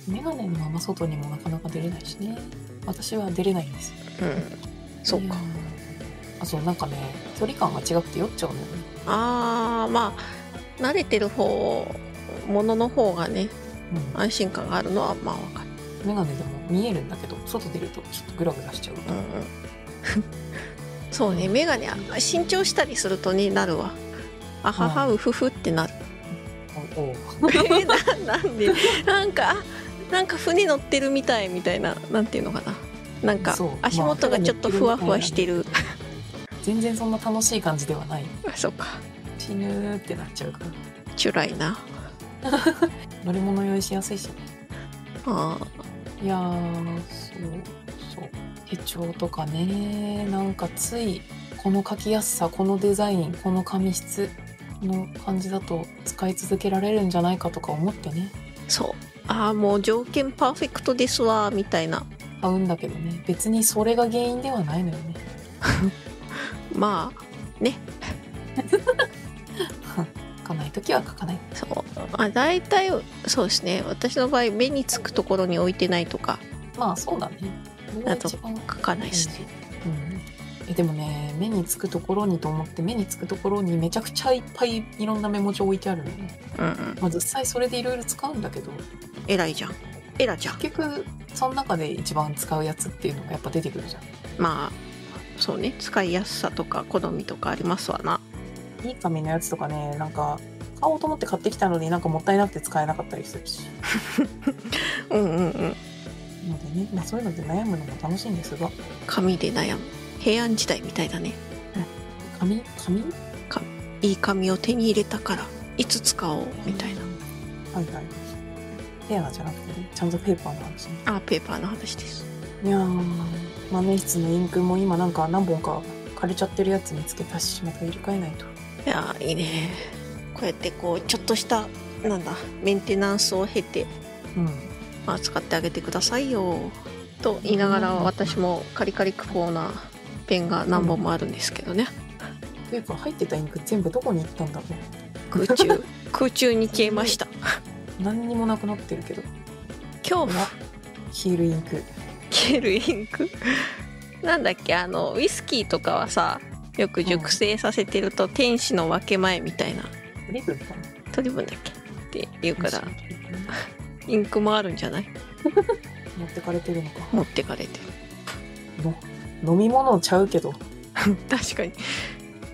Speaker 2: メガネのまま外にもなかなか出れないしね私は出れないんですよ
Speaker 1: うんそう
Speaker 2: いや
Speaker 1: か
Speaker 2: あそうなんかね距離感が違くて酔っちゃうのよね
Speaker 1: あーまあ慣れてる方ものの方がね
Speaker 2: うん
Speaker 1: 安心感があるのはまあわかる
Speaker 2: メガネでも見えるんだけど外出るとちょっとグラグラしちゃう
Speaker 1: うんうんそうねメガネ新調したりするとねなるわあははうふふってなる
Speaker 2: おお
Speaker 1: えななんで なんかあなんか船乗ってるみたいみたいななんていうのかななんか
Speaker 2: そう
Speaker 1: 足元がちょっとふわふわしてる、
Speaker 2: 全然そんな楽しい感じではない
Speaker 1: あそうか
Speaker 2: 死ぬーってなっちゃうから
Speaker 1: チュラいな
Speaker 2: 乗り物用意しやすいしね
Speaker 1: あ
Speaker 2: いやーそうそう手帳とかねなんかついこの書きやすさこのデザインこの紙質の感じだと使い続けられるんじゃないかとか思ってね
Speaker 1: ーそうあーもう条件パーフェクトですわみたいな
Speaker 2: 買うんだけどね別にそれが原因ではないのよね
Speaker 1: まあ
Speaker 2: 書かない時は書かない
Speaker 1: そうあ大体そうですね私の場合目につくところに置いてないとか
Speaker 2: まあそうだねこれが
Speaker 1: あと
Speaker 2: 一番
Speaker 1: 書かないですね
Speaker 2: うんえでもね目につくところにと思って目につくところにめちゃくちゃいっぱいいろんなメモ帳置いてあるのね、
Speaker 1: うんうん
Speaker 2: まあ、実際それでいろいろ使うんだけど
Speaker 1: 偉いじゃんエラちゃん
Speaker 2: 結局その中で一番使うやつっていうのがやっぱ出てくるじゃん
Speaker 1: まあそうね使いやすさとか好みとかありますわない
Speaker 2: い紙のやつとかねなんか買おうと思って買ってきたのになんかもったいなくて使えなかったりするし
Speaker 1: うんうんうん
Speaker 2: なのでね、まあ、そういうので悩むのも楽しいんですが
Speaker 1: 紙で悩む平安時代みたいだね
Speaker 2: 紙紙
Speaker 1: いい紙を手に入れたからいつ使おうみたいな
Speaker 2: はいはいペアじゃなくてねちゃんとペーパーの話ね
Speaker 1: あペーパーの話です
Speaker 2: いやー豆質のインクも今なんか何本か枯れちゃってるやつ見つけたしまた入れ替えないと
Speaker 1: いやーいいねこうやってこうちょっとしたなんだメンテナンスを経て、
Speaker 2: うん
Speaker 1: まあ、使ってあげてくださいよと言いながら
Speaker 2: うん
Speaker 1: 私もカリカリクコーなペンが何本もあるんですけどね
Speaker 2: というか入ってたインク全部どこに行ったんだろう
Speaker 1: 空中空中に消えました
Speaker 2: 何にもなくなってるけど
Speaker 1: 今日も
Speaker 2: ヒールインク
Speaker 1: 消えるインク なんだっけあのウイスキーとかはさよく熟成させてると天使の分け前みたいな
Speaker 2: リブルかな
Speaker 1: 取り分だっけっていうから
Speaker 2: 持
Speaker 1: インクもあるんじゃない
Speaker 2: ってかれてるのか
Speaker 1: 持ってかれて
Speaker 2: の飲み物ちゃうけど
Speaker 1: 確かに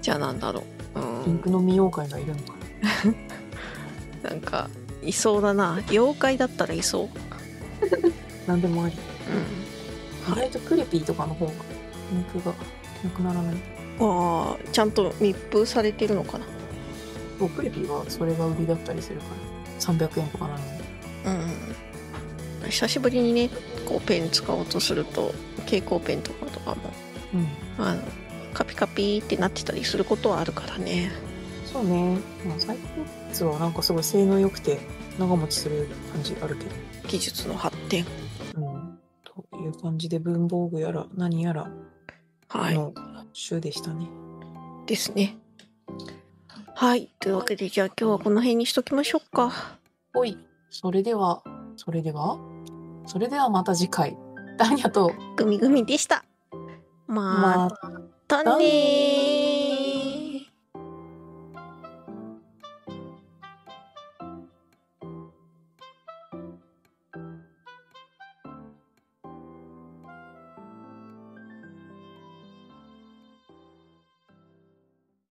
Speaker 1: じゃあなんだろうう
Speaker 2: イン
Speaker 1: ん
Speaker 2: ク飲み妖怪がいるのか
Speaker 1: なんかいそうだな妖怪だったらいそう
Speaker 2: 何でもあり
Speaker 1: はい
Speaker 2: 意外とクレピーとかの方がインクがなくならない
Speaker 1: うんあーちゃんと密封されてるのかな
Speaker 2: そうクレピーはそれが売りだったりするから300円とかなのに
Speaker 1: うん久しぶりにねこうペン使おうとすると蛍光ペンとかとかも
Speaker 2: うん
Speaker 1: あのカピカピってなってたりすることはあるからね
Speaker 2: そうね、まあ、最近のやつはなんかすごい性能良くて長持ちする感じあるけ
Speaker 1: 技術の発展
Speaker 2: ど、うん、という感じで文房具やら何やら
Speaker 1: はい、
Speaker 2: の週でしたね、
Speaker 1: ですねはいというわけでじゃあ今日はこの辺にしときましょうか
Speaker 2: ほいそれではそれではそれではまた次回ダニャと
Speaker 1: グミグミでしたま
Speaker 2: ま
Speaker 1: たねー